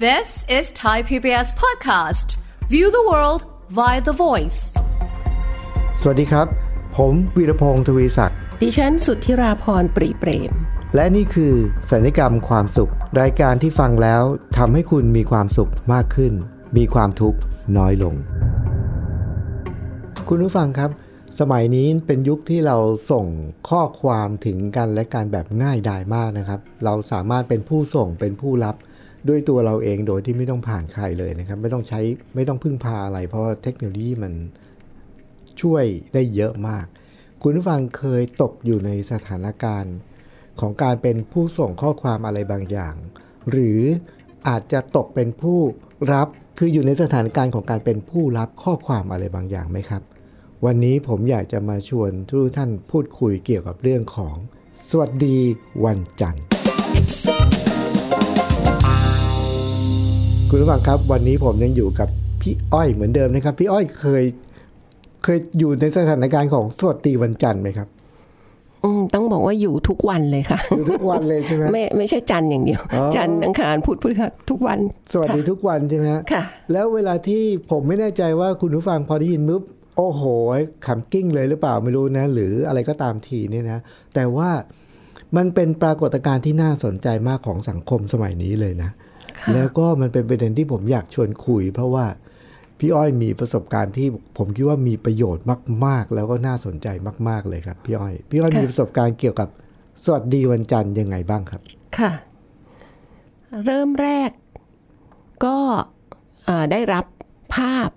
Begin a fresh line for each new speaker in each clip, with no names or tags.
This is Thai PBS Podcast. View the world via the voice.
สวัสดีครับ ผมวีรพงศ์ทวีศักดิ์
ดิฉันสุทธิราพรปรีเปรม
และนี่คือสัญญกรรมความสุข รายการที่ฟังแล้วทำให้คุณมีความสุขมากขึ้น มีความทุกข์น้อยลง คุณผู้ฟังครับ สมัยนี้เป็นยุคที่เราส่งข้อความถึงกันและการแบบง่ายดายมากนะครับ เราสามารถเป็นผู้ส่งเป็นผู้รับ ด้วยตัวเราเองโดยที่ไม่ต้องผ่านใครเลยนะครับ ไม่ต้องใช้ไม่ต้องพึ่งพาอะไร เพราะว่าเทคโนโลยีมัน ช่วยได้เยอะมาก คุณผู้ฟังเคยตกอยู่ในสถานการณ์ ของการเป็นผู้ส่งข้อความอะไรบางอย่าง หรืออาจจะตกเป็นผู้รับคืออยู่ในสถานการณ์ของการเป็นผู้รับข้อความอะไรบางอย่างไหมครับ วันนี้ผมอยากจะมาชวนทุกท่านพูดคุยเกี่ยวกับเรื่องของ สวัสดีวันจันทร์ คุณผู้ฟังครับ วันนี้ผมยังอยู่กับพี่อ้อยเหมือนเดิมนะครับ พี่อ้อยเคย เคยอยู่ในสถานการณ์ของสวัสดีวันจันทร์ไหมครับ
อืมต้องบอกว่าอยู่ทุกวันเลยค่ะ
อยู่ทุกวันเลยใช่ไหม
ไม่ไม่ใช่จันทร์อย่างเดียว
อ๋อ
จันทร์อังคารพุธพฤหัสทุกวัน
สวัสดีทุกวันใช่ไหมฮะ
ค่ะ
แล้วเวลาที่ผมไม่แน่ใจว่าคุณผู้ฟังพอได้ยินมุ๊บโอ้โหขำกิ้งเลยหรือเปล่าไม่รู้นะ หรืออะไรก็ตามทีเนี่ยนะ แต่ว่ามันเป็นปรากฏการณ์ที่น่าสนใจมากของสังคมสมัยนี้เลยนะ
ค่ะ
แล้วก็มันเป็นประเด็นที่ผมอยากชวนคุย เพราะว่าพี่อ้อยมีประสบการณ์ที่ผมคิดว่ามีประโยชน์มาก ๆ แล้วก็น่าสนใจมาก ๆ เลยครับพี่อ้อย พี่อ้อย
ค่ะ
มีประสบการณ์เกี่ยวกับสวัสดีวันจันทร์ยังไงบ้างครับ
ค่ะ เริ่มแรกก็อ่าได้รับภาพ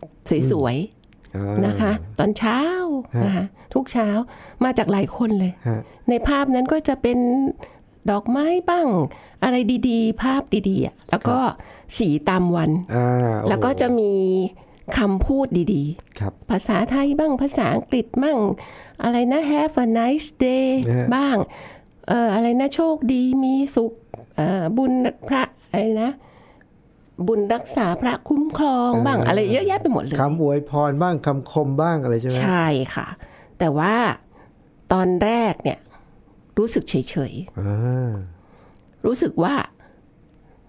สวยๆนะคะ ตอนเช้า
ฮะ
นะคะทุกเช้ามาจากหลายคนเลย
ฮะ
ในภาพนั้นก็จะเป็นดอกไม้บ้าง อะไรดีๆ ภาพดีๆอะแล้วก็สีตามวัน
อ่าโอ้โห
แล้วก็จะมีคำพูดดีๆ
ครับ
ภาษาไทยบ้างภาษาอังกฤษบ้างอะไรนะ Have a nice day
นะฮะ
บ้างเอ่ออะไรนะโชคดีมีสุขเอ่อบุญพระอะไรนะ บุญรักษาพระคุ้มครองบ้างอะไรเยอะแยะไปหมดเลย
คำอวยพรบ้างคำคมบ้างอะไรใช่ไหม
ใช่ค่ะ แต่ว่าตอนแรกเนี่ยรู้สึกเฉย
อ่า
ๆ รู้สึกว่า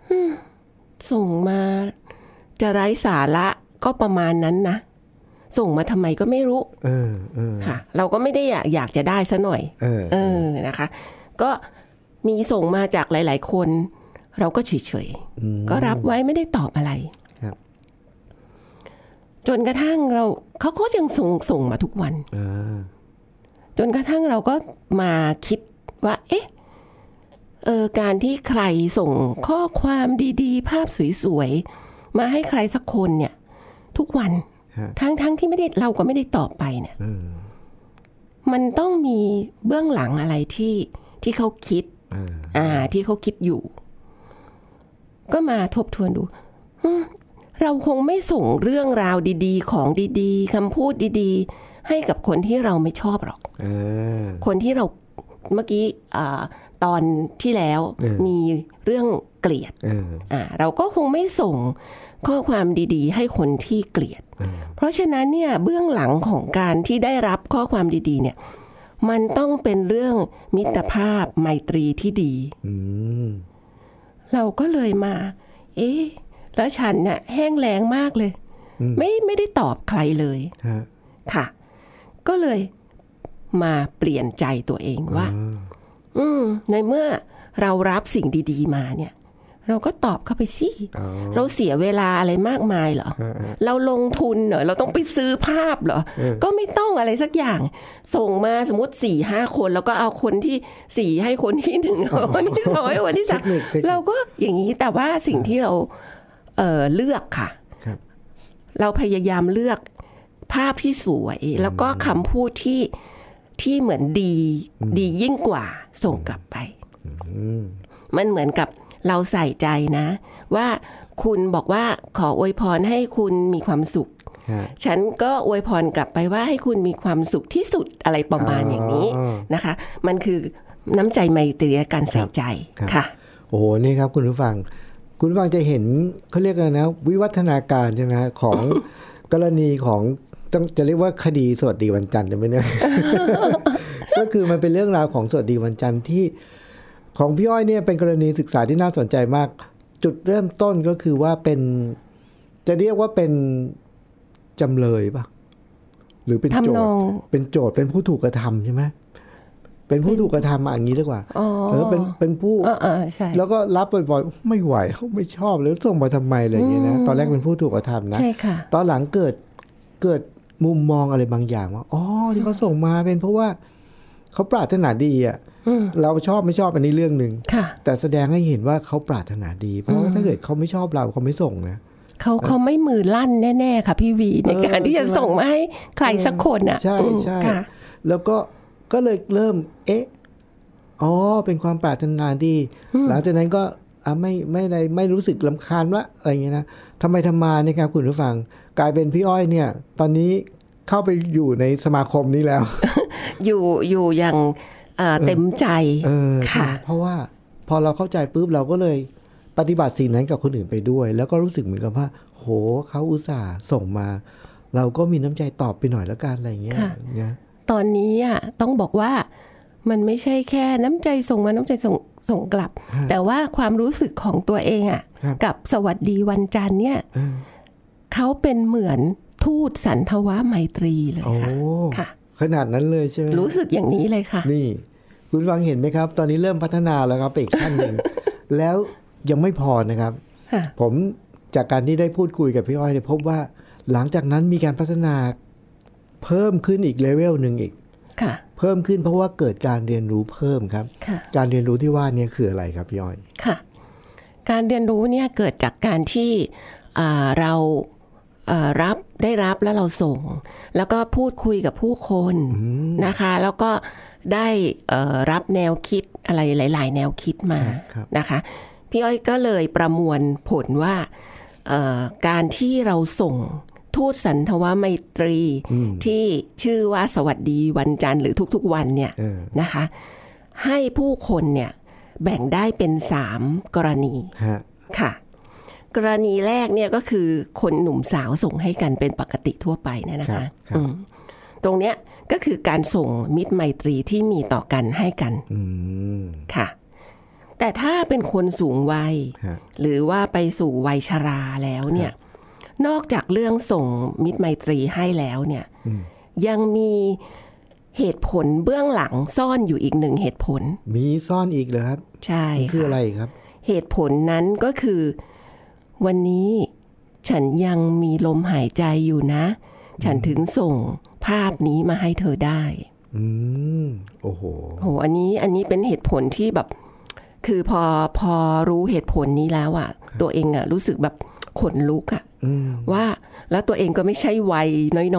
อืมส่งมาจะไร้สาระก็ประมาณนั้นนะ ส่งมาทำไมก็ไม่รู้
เออเออ
ค่ะเราก็ไม่ได้อยากอยากจะได้ซะหน่อย
เออ
เออนะคะ ก็มีส่งมาจากหลาย ๆ คน เราก็เฉยๆก็รับไว้ไม่ได้ตอบอะไร
ครับ
จนกระทั่งเราเขาก็ยังส่งส่งมาทุกวัน
อ่า
จนกระทั่งเราก็มาคิดว่า เอ๊ะเออการที่ใครส่งข้อความดีๆ ภาพสวยๆมาให้ใครสักคนเนี่ย ทุกวัน
ฮะ
ทั้งๆที่ไม่ได้เราก็ไม่ได้ตอบไปเนี่ย
เออ
มันต้องมีเบื้องหลังอะไรที่ที่เขาคิด
อ่า
อ่า ที่เขาคิดอยู่ ก็มาทบทวนดูอืมเราคงไม่ส่งเรื่องราวดีๆ ของดีๆคำพูดดีๆ ให้กับคนที่เราไม่ชอบหรอก
เออ
คนที่เราเมื่อกี้อ่าตอนที่แล้ว
เออ
มีเรื่องเกลียด
เออ
อ่าเราก็คงไม่ส่งข้อความดีๆ ให้คนที่เกลียด
อืม
เพราะฉะนั้นเนี่ยเบื้องหลังของการที่ได้รับข้อความดีๆ เนี่ย มันต้องเป็นเรื่องมิตรภาพไมตรีที่ดี
อืม
เราก็เลยมา เอ๊ะแล้วฉันน่ะแห้งแล้งมากเลย ไม่ไม่ได้ตอบใครเลย
ฮะ
ค่ะ ก็เลยมาเปลี่ยนใจตัวเองว่า
อ่า
อืม ในเมื่อเรารับสิ่งดีๆ มาเนี่ย เราก็ตอบเข้าไปสิ
เอา
เราเสียเวลาอะไรมากมายเหรอ เราลงทุนเหรอ เราต้องไปซื้อภาพเหรอ ก็ไม่ต้องอะไรสักอย่าง ส่งมาสมมติสี่ห้าคนแล้วก็เอาคนที่สี่ให้คนที่หนึ่งเอาคนที่สองให้คนที่สามเราก็อย่างนี้แต่ว่าสิ่งที่เราเอ่อเลือกค่ะ
ครับ
เราพยายามเลือกภาพที่สวย แล้วก็คำพูดที่ที่เหมือนดี ดียิ่งกว่าส่งกลับไป มันเหมือนกับเราใส่ใจนะ ว่าคุณบอกว่าขออวยพรให้คุณมีความสุข
ฮะ
ฉันก็อวยพรกลับไปว่าให้คุณมีความสุขที่สุดอะไรประมาณอย่างนี้
อ๋อ
นะคะ มันคือน้ำใจไมตรีและการใส่ใจค่ะ
โอ้โหนี่ครับคุณผู้ฟัง คุณผู้ฟังจะเห็นเขาเรียกอะไรนะ วิวัฒนาการใช่ไหมฮะของ กรณีของต้องจะเรียกว่าคดีสวัสดีวันจันทร์ได้ไหมเนี่ย ก็คือมันเป็นเรื่องราวของสวัสดีวันจันทร์ที่ ของพี่อ้อยเนี่ยเป็นกรณีศึกษาที่น่าสนใจมาก จุดเริ่มต้นก็คือว่าเป็น จะเรียกว่าเป็นจำเลยปะหรือเป็นโจ
ทำ
ท
นอ
ย์
ง
เป็นโจทย์เป็นผู้ถูกกระทำใช่ไหมเป็นผู้ถูกกระทำอ่ะอย่างนี้ดีกว่า
อ๋อ
เออเป็นเป็นผู้
เออเออใช่
แล้วก็รับบ่อยๆไม่ไหวไม่ชอบแล้วส่งมาทำไมอะไรอย่างเงี้ยนะตอนแรกเป็นผู้ถูกกระทำนะ
ใช่ค่ะ
ตอนหลังเกิดเกิดมุมมองอะไรบางอย่างว่าอ๋อที่เขาส่งมาเป็นเพราะว่าเขาปรารถนาดีอ่ะ
อืม
เราชอบไม่ชอบอันนี้เรื่องหนึ่ง
ค่ะ
แต่แสดงให้เห็นว่าเขาปรารถนาดี เพราะว่าถ้าเกิดเขาไม่ชอบเราเขาไม่ส่งนะ
เขาเขาไม่มือลั่นแน่ๆค่ะพี่วีในการที่จะส่งมาให้ใครสักคนอ่ะ
ใช่
อืม
ใช่
ค่ะ
แล้วก็ก็เลยเริ่ม เอ๊ะอ๋อเป็นความปรารถนาดี หลังจากนั้นก็อ่ะไม่ไม่อะไรไม่รู้สึกลำคาญละอะไรอย่างเงี้ยนะทำไมทำมาเนี่ยครับคุณผู้ฟัง กลายเป็นพี่อ้อยเนี่ย ตอนนี้เข้าไปอยู่ในสมาคมนี้ แล้ว
อยู่อยู่อย่างเอ่อเต็มใจ
เออ
ค่ะ
ใช่เพราะว่าพอเราเข้าใจปุ๊บเราก็เลยปฏิบัติสิ่งนั้นกับคนอื่นไปด้วย แล้วก็รู้สึกเหมือนกับว่า โหเขาอุตส่าห์ส่งมา เราก็มีน้ำใจตอบไปหน่อยละกันอะไรอย่างเงี้ย
ค่ะ
นะ
ตอนนี้อ่ะต้องบอกว่ามันไม่ใช่แค่น้ำใจส่งมาน้ำใจส่งส่งกลับ แต่ว่าความรู้สึกของตัวเองอ่ะกับสวัสดีวันจันทร์เนี่ย
เออ
เขาเป็นเหมือนทูตสันทวะไมตรีเลย
โอ้
ค่ะ
ข
ค่ะ
นาดนั้นเลยใช่ไหม
รู้สึกอย่างนี้เลยค่ะ
นี่ คุณฟังเห็นไหมครับ ตอนนี้เริ่มพัฒนาแล้วครับไปอีกขั้นหนึ่ง แล้วยังไม่พอนะครับ
ค่ะ
ผมจากการที่ได้พูดคุยกับพี่อ้อยเนี่ยพบว่า หลังจากนั้นมีการพัฒนาเพิ่มขึ้นอีกเลเวลหนึ่งอีก
ค่ะ
เพิ่มขึ้นเพราะว่าเกิดการเรียนรู้เพิ่มครับ
ค่ะ
การเรียนรู้ที่ว่าเนี่ยคืออะไรครับพี่อ้อย
ค่ะ การเรียนรู้เนี่ยเกิดจากการที่อ่าเราเอ่อรับได้รับแล้วเราส่ง แล้วก็พูดคุยกับผู้คนนะคะ แล้วก็ได้เอ่อรับแนวคิดอะไรหลาย ๆ แนวคิดมา
ครับครับ
นะคะพี่อ้อยก็เลยประมวลผลว่าเอ่อการที่เราส่งทูตสันทวไมตรีที่ชื่อว่าสวัสดีวันจันทร์หรือทุก ๆ วันเนี่ย
เออ
นะคะ ให้ผู้คนเนี่ยแบ่งได้เป็น 3 กรณี
ฮะ
ค่ะ กรณีแรกเนี่ยก็คือคนหนุ่มสาวส่งให้กันเป็นปกติทั่วไปเนยนะ
รับ
คะ
ครับ
ตรงเนี้ยก็คือการส่งมิตรไมตรีที่มีต่อกันให้กัน
อืม
ค่ะ แต่ถ้าเป็นคนสูงวัย
ฮะ
หรือว่าไปสู่วัยชราแล้วเนี่ยนอกจากเรื่องส่งมิตรไมตรีให้แล้วเนี่ยยังมีเหตุผลเบื้องหลังซ่อนอยู่อีกหนึ่งเหตุผล
มีซ่อนอีกเหรอครับ
ใช่
มันคือ
ค่ะ
อะไรครับ
เหตุผลนั้นก็คือ วันนี้ฉันยังมีลมหายใจอยู่นะ ฉันถึงส่งภาพนี้มาให้เธอได้
อืมโอ้โห
โหอันนี้อันนี้เป็นเหตุผลที่แบบ คือพอพอรู้เหตุผลนี้แล้วอะตัวเองอะรู้สึกแบบขนลุกอะ
อืม
ว่าแล้วตัวเองก็ไม่ใช่วัย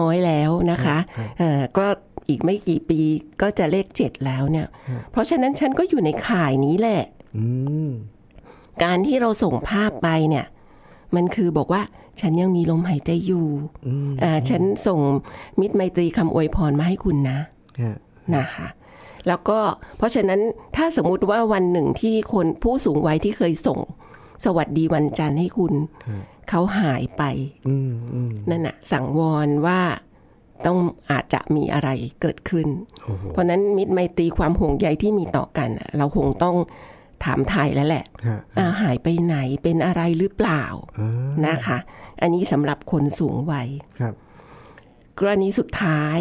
น้อยๆแล้วนะคะเอ่อก็อีกไม่กี่ปีก็จะเลขเจ็ดแล้วเนี่ย เพราะฉะนั้นฉันก็อยู่ในข่ายนี้แหละ
อืม
การที่เราส่งภาพไปเนี่ย มันคือบอกว่าฉันยังมีลมหายใจอยู่อ่าฉันส่งมิตรไมตรีคำอวยพรมาให้คุณนะ
ฮะ
นะคะ แล้วก็เพราะฉะนั้นถ้าสมมติว่าวันหนึ่งที่คนผู้สูงวัยที่เคยส่ง สวัสดีวันจันทร์ให้คุณ เขาหายไป
อืมอืม
นั่นน่ะ สังวรว่าต้องอาจจะมีอะไรเกิดขึ้น
โอ้โห
เพราะฉะนั้นมิตรไมตรีความห่วงใยที่มีต่อกันน่ะเราคงต้องถามไทยแล้วแหละ
ฮะ
อ่าหายไปไหนเป็นอะไรหรือเปล่า
อ่า
นะคะ อันนี้สำหรับคนสูงวัย
ครับ
กรณีสุดท้าย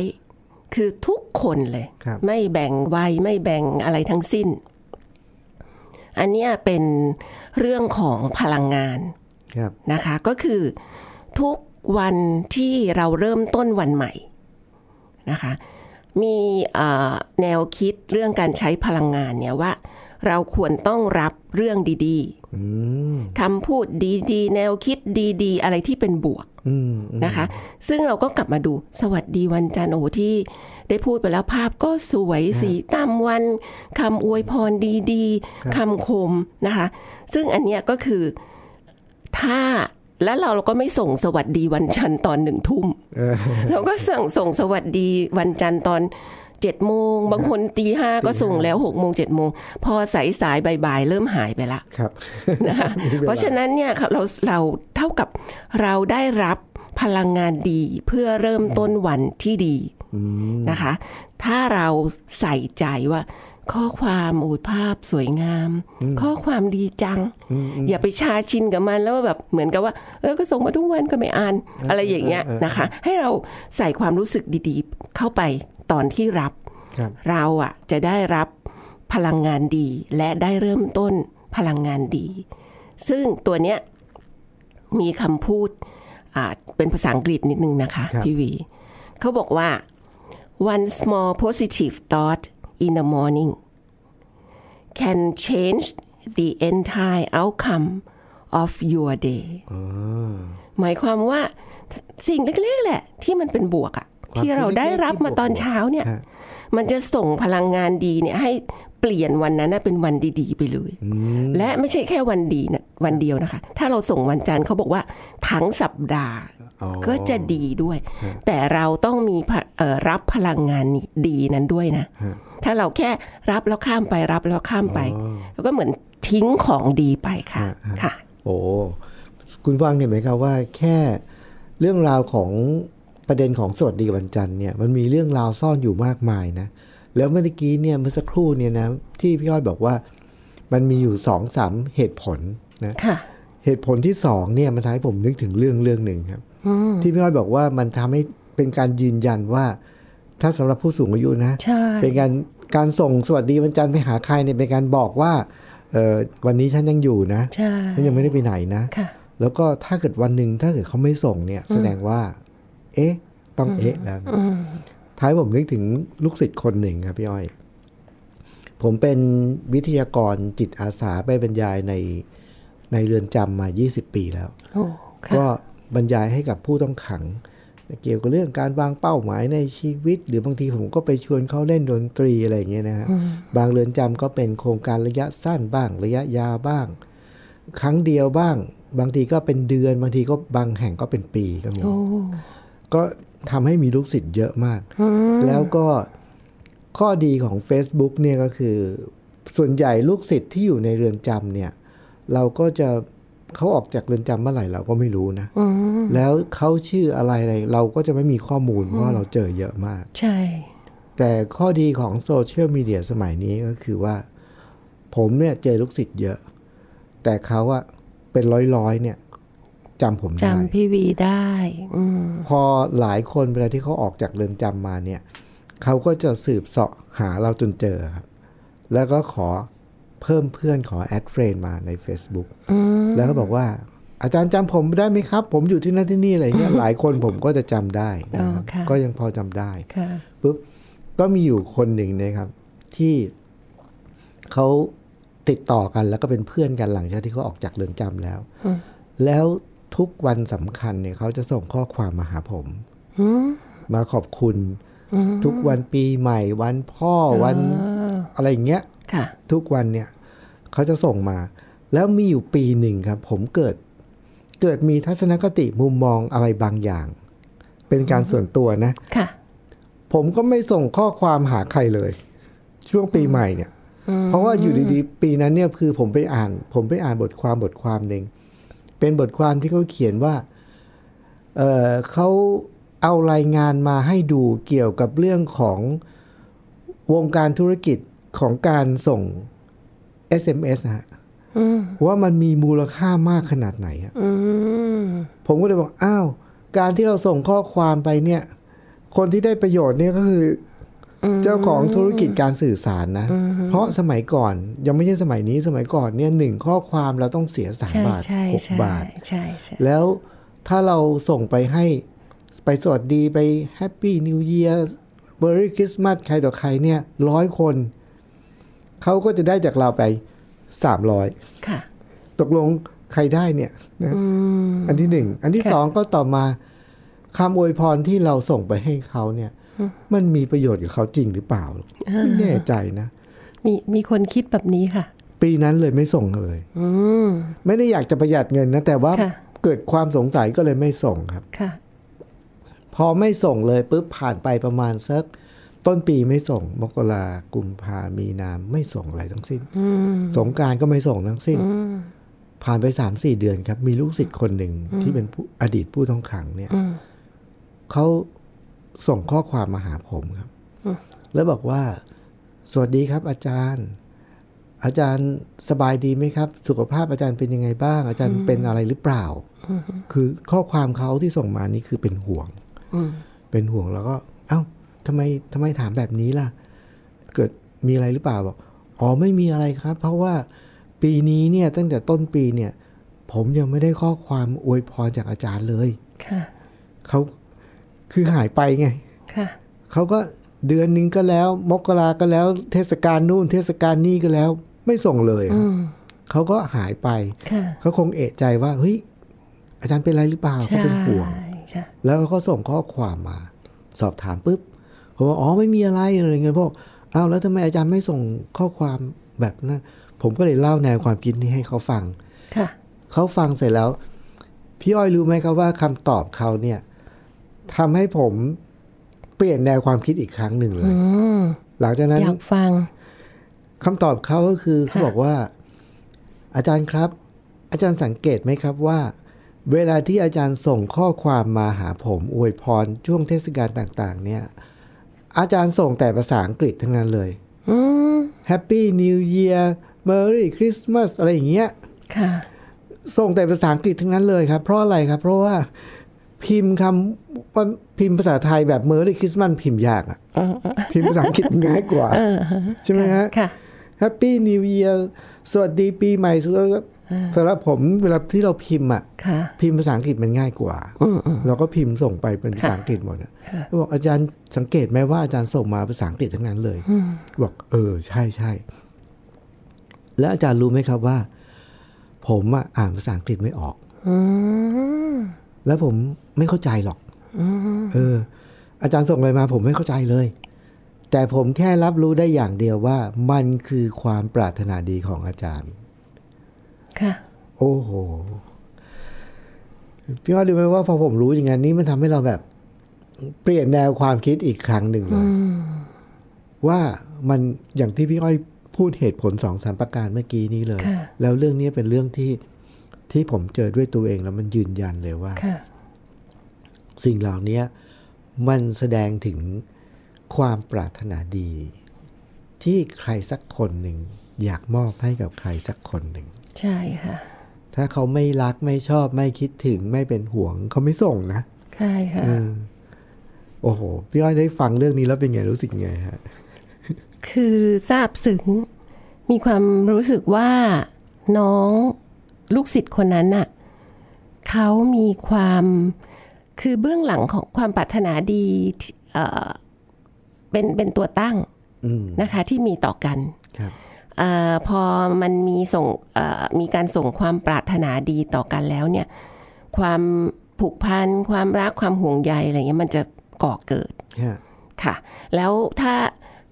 คือทุกคนเลย
ครับ
ไม่แบ่งวัยไม่แบ่งอะไรทั้งสิ้น อันเนี้ยเป็นเรื่องของพลังงาน
ครับ
นะคะก็คือทุกวันที่เราเริ่มต้นวันใหม่นะคะ มีเอ่อแนวคิดเรื่องการใช้พลังงานเนี่ยว่า เราควรต้องรับเรื่องดีๆ
อืม
คำพูดดีๆ แนวคิดดีๆ อะไรที่เป็นบวก
อืมอืม
นะคะ ซึ่งเราก็กลับมาดูสวัสดีวันจันทร์โอ้โหที่ได้พูดไปแล้วภาพก็สวยสีตามวันคำอวยพรดีๆคำคมนะคะ ซึ่งอันเนี้ยก็คือถ้าแล้วเราเราก็ไม่ส่งสวัสดีวันจันทร์ตอนหนึ่งทุ่ม
เออ
เราก็ส่งส่งสวัสดีวันจันทร์ตอนเจ็ดโมง บางคนตีห้าก็ส่งแล้วหกโมงเจ็ดโมง พอสายสายๆบ่ายๆเริ่มหายไปละ
ครับ
นะคะ
มีเวลา
เพราะฉะนั้นเนี่ยค่ะเราเราเท่ากับเราได้รับพลังงานดีเพื่อเริ่มต้นวันที่ดี
อืม
นะคะ ถ้าเราใส่ใจว่า ข้อความโอูดภาพสวยงาม ข้อความดีจัง อย่าไปชาชินกับมันแล้วแบบเหมือนกับว่า เออก็ส่งมาทุกวันก็ไม่อ่านอะไรอย่างเงี้ยนะคะ ให้เราใส่ความรู้สึกดีๆ เข้าไปตอนที่รับ
ครับ
เราอะจะได้รับพลังงานดีและได้เริ่มต้นพลังงานดี ซึ่งตัวเนี้ยมีคำพูดอ่าเป็นภาษาอังกฤษนิดนึงนะคะ
ครับ
พี่วี เขาบอกว่า one small positive thought in the morning can change the entire outcome of your day หมายความว่าสิ่งเล็กๆแหละ ที่มันเป็นบวกอะ
ความ
ที่เราได้รับมาตอนเช้าเนี่ย
ฮะ
มันจะส่งพลังงานดีเนี่ยให้เปลี่ยนวันนั้นนะเป็นวันดีๆ ไปเลย และไม่ใช่แค่วันดีนะวันเดียวนะคะ ถ้าเราส่งวันจันทร์เขาบอกว่าทั้งสัปดาห์
อ๋อ
ก็จะดีด้วย แต่เราต้องมีพะเอ่อรับพลังงานนี้ดีนั้นด้วยนะ ถ้าเราแค่รับแล้วข้ามไปรับแล้วข้ามไป แล้วก็เหมือนทิ้งของดีไปค่ะค่ะ
โอ้คุณฟังเห็นไหมครับว่าแค่เรื่องราวของประเด็นของสวัสดีวันจันทร์เนี่ยมันมีเรื่องราวซ่อนอยู่มากมายนะ แล้วเมื่อกี้เนี่ยเมื่อสักครู่เนี่ยนะที่พี่อ้อยบอกว่ามันมีอยู่สองสามเหตุผลนะ
ค่ะ
เหตุผลที่สองเนี่ยมันทำให้ผมนึกถึงเรื่องเรื่องหนึ่งครับที่พี่อ้อยบอกว่ามันทำให้เป็นการยืนยันว่า ถ้าสำหรับผู้สูงอายุนะ
ใช่
เป็นการการส่งสวัสดีวันจันทร์ไปหาใครเนี่ยเป็นการบอกว่าเออวันนี้ฉันยังอยู่นะ
ใช่
ฉันยังไม่ได้ไปไหนนะ
ค่ะ
แล้วก็ถ้าเกิดวันหนึ่งถ้าเกิดเขาไม่ส่งเนี่ย แสดงว่า เอ๊ะ ต้องเอ๊ะแล้วนะท้ายผมนึกถึงลูกศิษย์คนหนึ่งครับพี่อ้อย ผมเป็นวิทยากรจิตอาสาไปบรรยายในในเรือนจำมา 20 ปีแล้ว
โอ้ค่ะ
ก็บรรยายให้กับผู้ต้องขัง เกี่ยวกับเรื่องการวางเป้าหมายในชีวิต หรือบางทีผมก็ไปชวนเขาเล่นดนตรีอะไรอย่างเงี้ยนะฮะบางเรือนจำก็เป็นโครงการระยะสั้นบ้าง ระยะยาวบ้าง ครั้งเดียวบ้าง บางทีก็เป็นเดือน บางทีก็บางแห่งก็เป็นปีก็มีก็ทำให้มีลูกศิษย์เยอะมาก แล้วก็ข้อดีของ Facebook เนี่ยก็คือ ส่วนใหญ่ลูกศิษย์ที่อยู่ในเรือนจำเนี่ย เราก็จะเขาออกจากเรือนจำเมื่อไหร่เราก็ไม่รู้นะแล้วเขาชื่ออะไรอะไร เราก็จะไม่มีข้อมูลเพราะเราเจอเยอะมาก
ใช่
แต่ข้อดีของโซเชียลมีเดียสมัยนี้ก็คือว่า ผมเนี่ยเจอลูกศิษย์เยอะ แต่เขาอะเป็นร้อยๆเนี่ยจำผมได้
จำพี่วีได้อืม
พอหลายคนเวลาที่เขาออกจากเรือนจำมาเนี่ยเขาก็จะสืบเสาะหาเราจนเจอครับ แล้วก็ขอเพิ่มเพื่อนขอแอดเฟรนมาใน Facebook แล้วก็บอกว่า อาจารย์จำผมได้ไหมครับ ผมอยู่ที่นั่นที่นี่อะไรเงี้ย หลายคนผมก็จะจำได้นะครับ
อ๋อค่ะ
ก็ยังพอจำได้
ค่ะ
ปุ๊บก็มีอยู่คนหนึ่งนะครับ ที่เขาติดต่อกันแล้วก็เป็นเพื่อนกันหลังจากที่เขาออกจากเรือนจำแล้ว แล้วทุกวันสำคัญเนี่ยเขาจะส่งข้อความมาหาผมมาขอบคุณ ทุกวันปีใหม่ วันพ่อวันอะไรอย่างเงี้ย
ค่ะ
ทุกวันเนี่ยเขาจะส่งมา แล้วมีอยู่ปีหนึ่งครับ ผมเกิดเกิดมีทัศนคติมุมมองอะไรบางอย่าง เป็นการส่วนตัวนะ
ค่ะ
ผมก็ไม่ส่งข้อความหาใครเลย ช่วงปีใหม่เนี่ย เพราะว่าอยู่ดีๆ ปีนั้นเนี่ยคือผมไปอ่าน ผมไปอ่านบทความบทความหนึ่งเป็นบทความที่เขาเขียนว่าเออเขาเอารายงานมาให้ดูเกี่ยวกับเรื่องของวงการธุรกิจของการส่ง SMS นะฮะว่ามันมีมูลค่ามากขนาดไหนอะ
อืม
ผมก็เลยบอกอ้าวการที่เราส่งข้อความไปเนี่ย คนที่ได้ประโยชน์เนี่ยก็คืออเจ้าของธุรกิจการสื่อสารนะ เพราะสมัยก่อนยังไม่ใช่สมัยนี้สมัยก่อนเนี่ยหนึ่งข้อความเราต้องเสียสาม
ใช่
บาท
ใช่
หก
ใช่
บาท
ใช่ใช่
แล้วถ้าเราส่งไปให้ไปสวัสดีไปแฮปปี้นิวเ e ียร์เบอร์รี่คริสต์มาสใครต่อใครเนี่ยร้อยคน เขาก็จะได้จากเราไปสามร้อย
ค่ะ
ตกลงใครได้เนี่ยนะอันที่หนึ่ง อันที่สองก็ต่อมาคำอวยพรที่เราส่งไปให้เขาเนี่ย มันมีประโยชน์กับเขาจริงหรือเปล่าไม่แน่ใจนะ
มีมีคนคิดแบบนี้ค่ะ
ปีนั้นเลยไม่ส่งเลย
อืม
ไม่ได้อยากจะประหยัดเงินนะ แต่ว่า
ค่ะ
เกิดความสงสัยก็เลยไม่ส่งครับ
ค่ะ
พอไม่ส่งเลยปุ๊บผ่านไปประมาณสักต้นปีไม่ส่ง มกรากุมภามีนาไม่ส่งอะไรทั้งสิ้นสงกรารก็ไม่ส่งทั้งสิ้น ผ่านไปสามสี่เดือนครับ มีลูกศิษย์คนหนึ่งที่เป็นผู้อดีตผู้ต้องขังเนี่ยเขาส่งข้อความมาหาผมครับ แล้วบอกว่า สวัสดีครับอาจารย์ อาจารย์สบายดีไหมครับ สุขภาพอาจารย์เป็นยังไงบ้าง อาจารย์เป็นอะไรหรือเปล่า คือข้อความเขาที่ส่งมานี่คือเป็นห่วง เป็นห่วงแล้วก็ เอ้าทำไมทำไมถามแบบนี้ล่ะ เกิดมีอะไรหรือเปล่าบอกอ๋อไม่มีอะไรครับ เพราะว่าปีนี้เนี่ยตั้งแต่ต้นปีเนี่ย ผมยังไม่ได้ข้อความอวยพรจากอาจารย์เลย
ค่ะ
เขาคือหายไปไง
ค่ะ
เขาก็เดือนนึงก็แล้ว มกราก็แล้ว เทศกาลนู่น เทศกาลนี่ก็แล้ว ไม่ส่งเลยอะเขาก็หายไป
ค่ะ
เขาคงเอะใจว่าเฮ้ยอาจารย์เป็นอะไรหรือเปล่าเขาเป็นห่วง
ใช่ค่ะ
แล้วเขาก็ส่งข้อความมา สอบถามปุ๊บผมว่าอ๋อไม่มีอะไรอะไรเงี้ยพวกอ้าวแล้วทำไมอาจารย์ไม่ส่งข้อความแบบนั้นผมก็เลยเล่าแนวความคิดนี้ให้เขาฟัง
ค่ะ
เขาฟังเสร็จแล้ว พี่อ้อยรู้ไหมครับว่าคำตอบเขาเนี่ยทำให้ผมเปลี่ยนแนวความคิดอีกครั้งหนึ่งเลย
อืม
หลังจากนั้น
อยากฟัง
คำตอบเขาก็คือเขาบอกว่า อาจารย์ครับ อาจารย์สังเกตไหมครับว่า เวลาที่อาจารย์ส่งข้อความมาหาผมอวยพรช่วงเทศกาลต่าง ๆ เนี่ย อาจารย์ส่งแต่ภาษาอังกฤษทั้งนั้นเลย
อืม
แฮปปี้นิวเยียร์เมอรี่คริสต์มาสอะไรอย่างเงี้ย
ค่ะ
ส่งแต่ภาษาอังกฤษทั้งนั้นเลยครับ เพราะอะไรครับ เพราะว่าพิมพ์คำว่าพิมพ์ภาษาไทยแบบเมอร์รี่คริสต์มาสพิมพ์ยากอะพิมพ์ภาษาอังกฤษง่ายกว่า ใช่ไหมฮะ
ค่ะ
แฮปปี้นิวเยียร์สวัสดีปีใหม่สำหรับสำหรับผมเวลาที่เราพิมพ์อะ
ค่ะ
พิมพ์ภาษาอังกฤษมันง่ายกว่า เราก็พิมพ์ส่งไปเป็นภาษาอังกฤษหมดอะเขาบอกอาจารย์สังเกตไหมว่าอาจารย์ส่งมาภาษาอังกฤษทั้งนั้นเลยบอกเออใช่ใช่แล้วอาจารย์รู้ไหมครับว่า ผมอะอ่านภาษาอังกฤษไม่ออก
อืม
แล้วผมไม่เข้าใจหรอกเออ อาจารย์ส่งอะไรมาผมไม่เข้าใจเลย แต่ผมแค่รับรู้ได้อย่างเดียวว่า มันคือความปรารถนาดีของอาจารย์
ค่ะ
โอ้โห พี่ว่ารู้ไหมว่าพอผมรู้อย่างนั้นนี่มันทำให้เราแบบ เปลี่ยนแนวความคิดอีกครั้งหนึ่งเลยว่ามันอย่างที่พี่อ้อยพูดเหตุผลสองสามประการเมื่อกี้นี้เลย
ค่ะ
แล้วเรื่องนี้เป็นเรื่องที่ที่ผมเจอด้วยตัวเองแล้วมันยืนยันเลยว่า
ค่ะ
สิ่งเหล่านี้มันแสดงถึงความปรารถนาดี ที่ใครสักคนหนึ่ง อยากมอบให้กับใครสักคนหนึ่ง
ใช่ค่ะ
ถ้าเขาไม่รักไม่ชอบไม่คิดถึงไม่เป็นห่วงเขาไม่ส่งนะ
ใช่ค่ะ
โอ้โห พี่อ้อยได้ฟังเรื่องนี้แล้วเป็นไงรู้สึกไงฮะ
คือทราบซึ้งมีความรู้สึกว่าน้องลูกศิษย์คนนั้นน่ะเขามีความคือเบื้องหลังของความปรารถนาดีที่เอ่อเป็นเป็นตัวตั้ง
อืม
นะคะที่มีต่อกัน
ครับ
เออพอมันมีส่งเอ่อมีการส่งความปรารถนาดีต่อกันแล้วเนี่ย ความผูกพันความรักความห่วงใยอะไรเงี้ยมันจะก่อเกิด
ฮะ
ค่ะ แล้วถ้า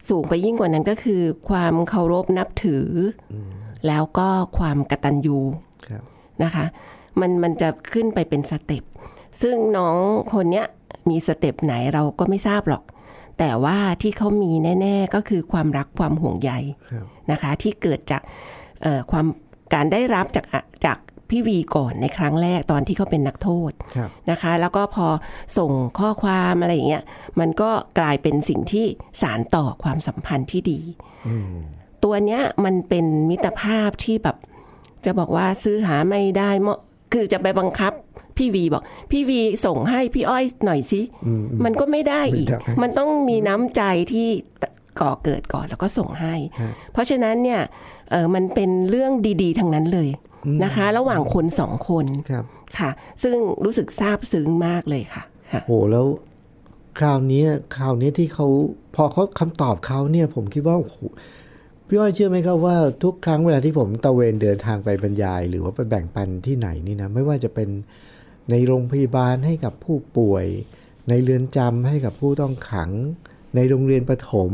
สูงไปยิ่งกว่านั้นก็คือ ความเคารพนับถืออแล้วก็ความกตัญญู
ครับ
นะคะมันมันจะขึ้นไปเป็นสเต็ปซึ่งน้องคนเนี้ยมีสเต็ปไหนเราก็ไม่ทราบหรอก แต่ว่าที่เขามีแน่ ๆ ก็คือความรักความห่วงใยนะคะที่เกิดจากเอ่อความการได้รับจากอ่ะจากพี่วีก่อนในครั้งแรกตอนที่เขาเป็นนักโทษ
ครับ
นะคะแล้วก็พอส่งข้อความอะไรอย่างเงี้ยมันก็กลายเป็นสิ่งที่สารต่อความสัมพันธ์ที่ดี ตัวเนี้ยมันเป็นมิตรภาพที่แบบ จะบอกว่าซื้อหาไม่ได้เหมาะคือจะไปบังคับ พี่วีบอก พี่วีส่งให้พี่อ้อยหน่อยสิมันก็ไม่ได้อีก มันต้องมีน้ำใจที่ก่อเกิดก่อนแล้วก็ส่งให้ เพราะฉะนั้นเนี่ยเออมันเป็นเรื่องดีๆทั้งนั้นเลยนะคะ ระหว่างคนสองคน
ครับ
ค่ะ ซึ่งรู้สึกซาบซึ้งมากเลยค่ะ ค่ะ
โหแล้ว คราวนี้คราวนี้ที่เขาพอเขาคำตอบเขาเนี่ย ผมคิดว่าโอ้โหพี่อ้อยเชื่อไหมครับว่าทุกครั้งเวลาที่ผมตะเวนเดินทางไปบรรยาย หรือว่าไปแบ่งปันที่ไหนนี่นะไม่ว่าจะเป็นในโรงพยาบาลให้กับผู้ป่วย ในเรือนจำให้กับผู้ต้องขัง ในโรงเรียนประถม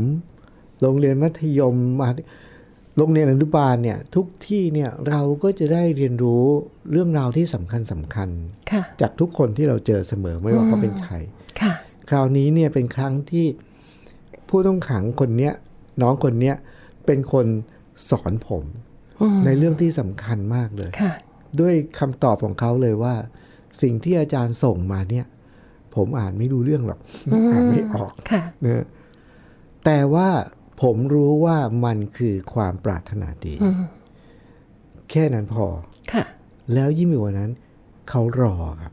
โรงเรียนมัธยมมหาโรงเรียนอนุบาลเนี่ย ทุกที่เนี่ยเราก็จะได้เรียนรู้เรื่องราวที่สำคัญสำคัญ
ค่ะ
ๆจากทุกคนที่เราเจอเสมอไม่ว่าเขาเป็นใคร
ค่ะ
คราวนี้เนี่ยเป็นครั้งที่ผู้ต้องขังคนเนี้ยน้องคนเนี้ยเป็นคนสอนผมในเรื่องที่สำคัญมากเลย
ค่ะ
ด้วยคำตอบของเขาเลยว่า สิ่งที่อาจารย์ส่งมาเนี่ย ผมอ่านไม่รู้เรื่องหรอกอ่านไม่ออก
ค่ะ
เนอะแต่ว่า ผมรู้ว่ามันคือความปรารถนาดี
อืม
แค่นั้นพอ
ค่ะ
แล้วยิ่งไปกว่านั้น เขารอครับ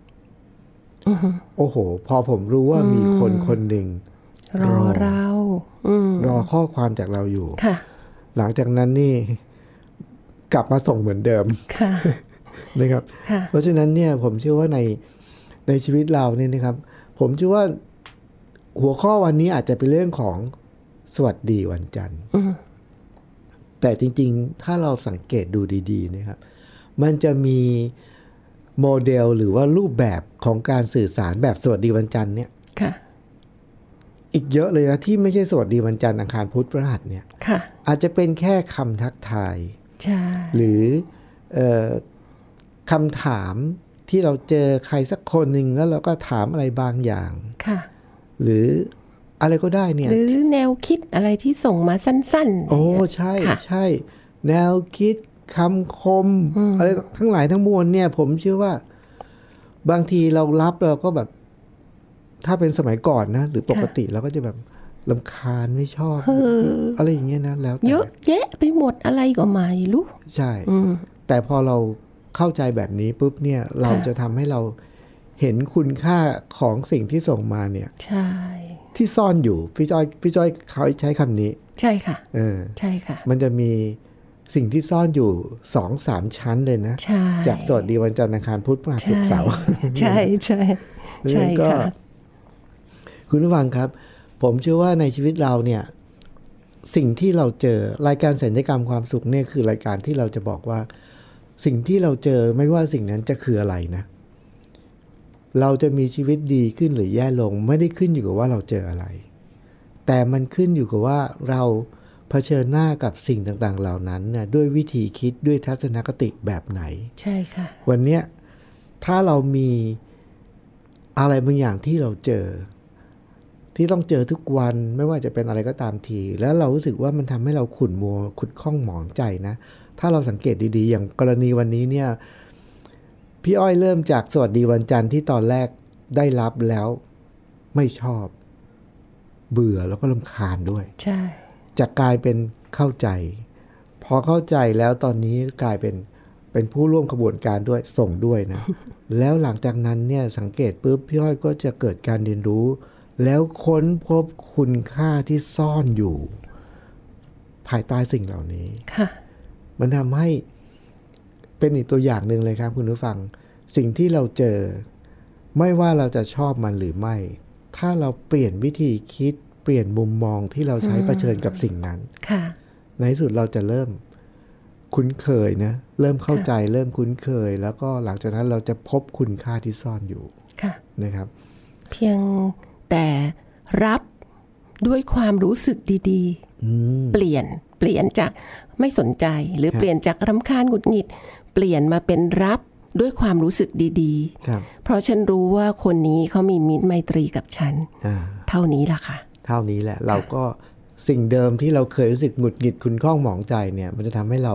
อือฮึ
โอ้โห พอผมรู้ว่ามีคนคนหนึ่ง
รอ
รอ
เรา อืม
รอข้อความจากเราอยู่
ค่ะ
หลังจากนั้นนี่ กลับมาส่งเหมือนเดิม
ค่ะ
นะครับ
ค่ะ
เพราะฉะนั้นเนี่ยผมเชื่อว่าในในชีวิตเราเนี่ยนะครับ ผมเชื่อว่าหัวข้อวันนี้อาจจะเป็นเรื่องของสวัสดีวันจันทร์
อืม
แต่จริงๆ ถ้าเราสังเกตดูดี ๆ นะครับ มันจะมีโมเดลหรือว่ารูปแบบของการสื่อสารแบบสวัสดีวันจันทร์เนี่ย
ค่ะ
อีกเยอะเลยนะที่ไม่ใช่สวัสดีวันจันทร์อังคารพุธพฤหัสเนี่ย
ค่ะ
อาจจะเป็นแค่คำทักทาย
ใช่
หรือเออคำถามที่เราเจอใครสักคนหนึ่งแล้วเราก็ถามอะไรบางอย่าง
ค่ะ
หรืออะไรก็ได้เนี่ย
หรือแนวคิดอะไรที่ส่งมาสั้นๆ
โอ้ใช่
ค่ะ
ใช่ แนวคิดคำคมอะไรทั้งหลายทั้งมวลเนี่ย ผมเชื่อว่า บางทีเรารับเราก็แบบ ถ้าเป็นสมัยก่อนนะ หรือปกติเราก็จะแบบลำคาญไม่ชอบ อะไรอย่างเงี้ยนะแล้วแต่
เยอะแยะไปหมดอะไรก็ไม่รู้
ใช่
อืม
แต่พอเราเข้าใจแบบนี้ปุ๊บเนี่ยเรา
ค่ะ
จะทำให้เราเห็นคุณค่าของสิ่งที่ส่งมาเนี่ย
ใช่
ที่ซ่อนอยู่พี่จ้อยพี่จ้อยเขาใช้คำนี้
ใช่ค่ะ
เออ
ใช่ค่ะ
มันจะมีสิ่งที่ซ่อนอยู่สองสามชั้นเลยนะ
ใช่
จากสวัสดีวันจันทร์อังคารพุธพฤหัสศุกร์เสาร์
ใช่ใช่ ใช่
แล้วก็
ค่ะ
คุณผู้ฟังครับ ผมเชื่อว่าในชีวิตเราเนี่ย สิ่งที่เราเจอรายการสัญญกรรมความสุขเนี่ยคือรายการที่เราจะบอกว่า สิ่งที่เราเจอไม่ว่าสิ่งนั้นจะคืออะไรนะ เราจะมีชีวิตดีขึ้นหรือแย่ลง ไม่ได้ขึ้นอยู่กับว่าเราเจออะไร แต่มันขึ้นอยู่กับว่าเราเผชิญหน้ากับสิ่งต่างๆ เหล่านั้นนะด้วยวิธีคิดด้วยทัศนคติแบบไหน
ใช่ค่ะ
วันเนี้ยถ้าเรามีอะไรบางอย่างที่เราเจอ ที่ต้องเจอทุกวันไม่ว่าจะเป็นอะไรก็ตามที แล้วเรารู้สึกว่ามันทำให้เราขุ่นมัวขุดข้องหมองใจนะ ถ้าเราสังเกตดีๆ อย่างกรณีวันนี้เนี่ย พี่อ้อยเริ่มจากสวัสดีวันจันทร์ที่ตอนแรกได้รับแล้วไม่ชอบ เบื่อแล้วก็ลำคาญด้วย
ใช่
จะกลายเป็นเข้าใจ พอเข้าใจแล้วตอนนี้กลายเป็นเป็นผู้ร่วมขบวนการด้วยส่งด้วยนะ แล้วหลังจากนั้นเนี่ยสังเกตปุ๊บพี่อ้อยก็จะเกิดการเรียนรู้ แล้วค้นพบคุณค่าที่ซ่อนอยู่ ภายใต้สิ่งเหล่านี้
ค่ะ
มันทำให้เป็นอีกตัวอย่างหนึ่งเลยครับคุณผู้ฟัง สิ่งที่เราเจอ ไม่ว่าเราจะชอบมันหรือไม่ ถ้าเราเปลี่ยนวิธีคิด เปลี่ยนมุมมองที่เราใช้เผชิญกับสิ่งนั้น
ค่ะ
ในที่สุดเราจะเริ่มคุ้นเคยนะเริ่มเข้าใจเริ่มคุ้นเคย แล้วก็หลังจากนั้นเราจะพบคุณค่าที่ซ่อนอยู่
ค่ะ
นะครับ
เพียงแต่รับด้วยความรู้สึกดี
อืม
ๆ เปลี่ยนเปลี่ยนจากไม่สนใจ หรือ
ครับ
เปลี่ยนจากรำคาญหงุดหงิด เปลี่ยนมาเป็นรับด้วยความรู้สึกดี
ครับ
ๆ เพราะฉันรู้ว่าคนนี้เขามีมิตรไมตรีกับฉัน
อ่า
เท่านี้ล่ะค่ะ
เท่านี้แหละ เราก็สิ่งเดิมที่เราเคยรู้สึกหงุดหงิดคุณข้องหมองใจเนี่ย มันจะทำให้เรา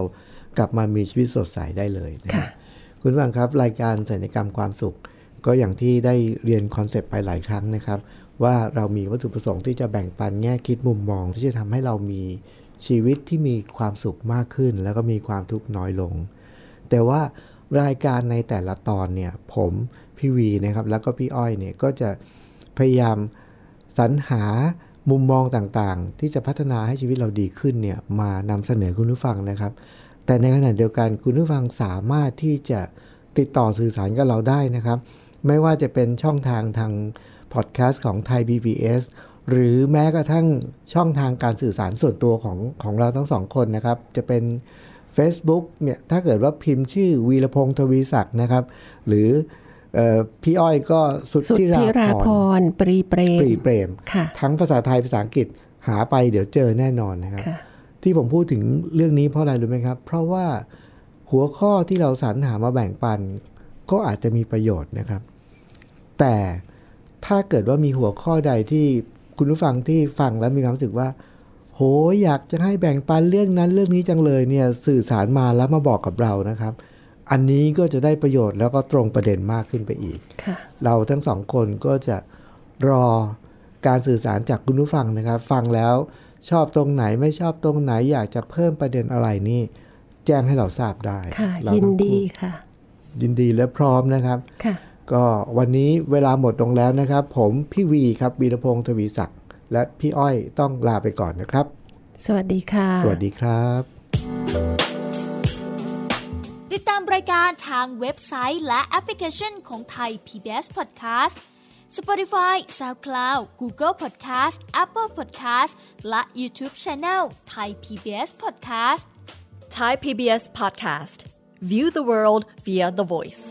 กลับมามีชีวิตสดใสได้เลยนรับ
ค่ะ
คุณผู้ฟังครับ รายการสัญญกรรมความสุข ก็อย่างที่ได้เรียนคอนเซปต์ไปหลายครั้งนะครับ ว่าเรามีวัตถุประสงค์ที่จะแบ่งปันแง่คิดมุมมอง ที่จะทำให้เรามีชีวิตที่มีความสุขมากขึ้น แล้วก็มีความทุกข์น้อยลง แต่ว่ารายการในแต่ละตอนเนี่ย ผมพี่วีนะครับ แล้วก็พี่อ้อยเนี่ยก็จะพยายามสรรหามุมมองต่างๆ ที่จะพัฒนาให้ชีวิตเราดีขึ้นเนี่ยมานำเสนอคุณผู้ฟังนะครับ แต่ในขณะเดียวกันคุณผู้ฟังสามารถที่จะติดต่อสื่อสารกับเราได้นะครับ ไม่ว่าจะเป็นช่องทางทางพอดแคสต์ของไทย PBS หรือแม้กระทั่งช่องทางการสื่อสารส่วนตัวของของเราทั้งสองคนนะครับ จะเป็น Facebook เนี่ยถ้าเกิดว่าพิมพ์ชื่อวีรพงศ์ทวีศักดิ์นะครับ หรือเออพี่อ้อยก็สุด
สุด
ที่
ที่รา
รา
พ
พร
รปรีเปร
ป
ม
รีเปรม
ค่ะ
ทั้งภาษาไทยภาษาอังกฤษหาไปเดี๋ยวเจอแน่นอนนะครับ
ค่ะ
ที่ผมพูดถึงเรื่องนี้เพราะอะไรรู้ไหมครับ เพราะว่าหัวข้อที่เราสรรหามาแบ่งปัน ก็อาจจะมีประโยชน์นะครับ แต่ถ้าเกิดว่ามีหัวข้อใดที่คุณผู้ฟังที่ฟังแล้วมีความรู้สึกว่า โหอยากจะให้แบ่งปันเรื่องนั้นเรื่องนี้จังเลยเนี่ยสื่อสารมาแล้วมาบอกกับเรานะครับ อันนี้ก็จะได้ประโยชน์แล้วก็ตรงประเด็นมากขึ้นไปอีก
ค่ะ
เราทั้งสองคนก็จะรอการสื่อสารจากคุณผู้ฟังนะครับ ฟังแล้ว ชอบตรงไหนไม่ชอบตรงไหนอยากจะเพิ่มประเด็นอะไรนี่ แจ้งให้เราทราบได้
ค่ะ
เรา
ยิน
ทั้ง
ดี
คู่
ค่ะ
ยินดีและพร้อมนะครับ
ค่ะ
ก็วันนี้เวลาหมดลงแล้วนะครับ ผมพี่วีครับวีรพงศ์ทวีศักดิ์และพี่อ้อยต้องลาไปก่อนนะครับ
สวัสดีค่ะ
สวัสดีครับ
ติดตามรายการทางเว็บไซต์และแอปพลิเคชันของไทย PBS Podcast Spotify SoundCloud Google Podcast Apple Podcast และ YouTube Channel Thai PBS Podcast
Thai PBS podcast. View the world via the voice.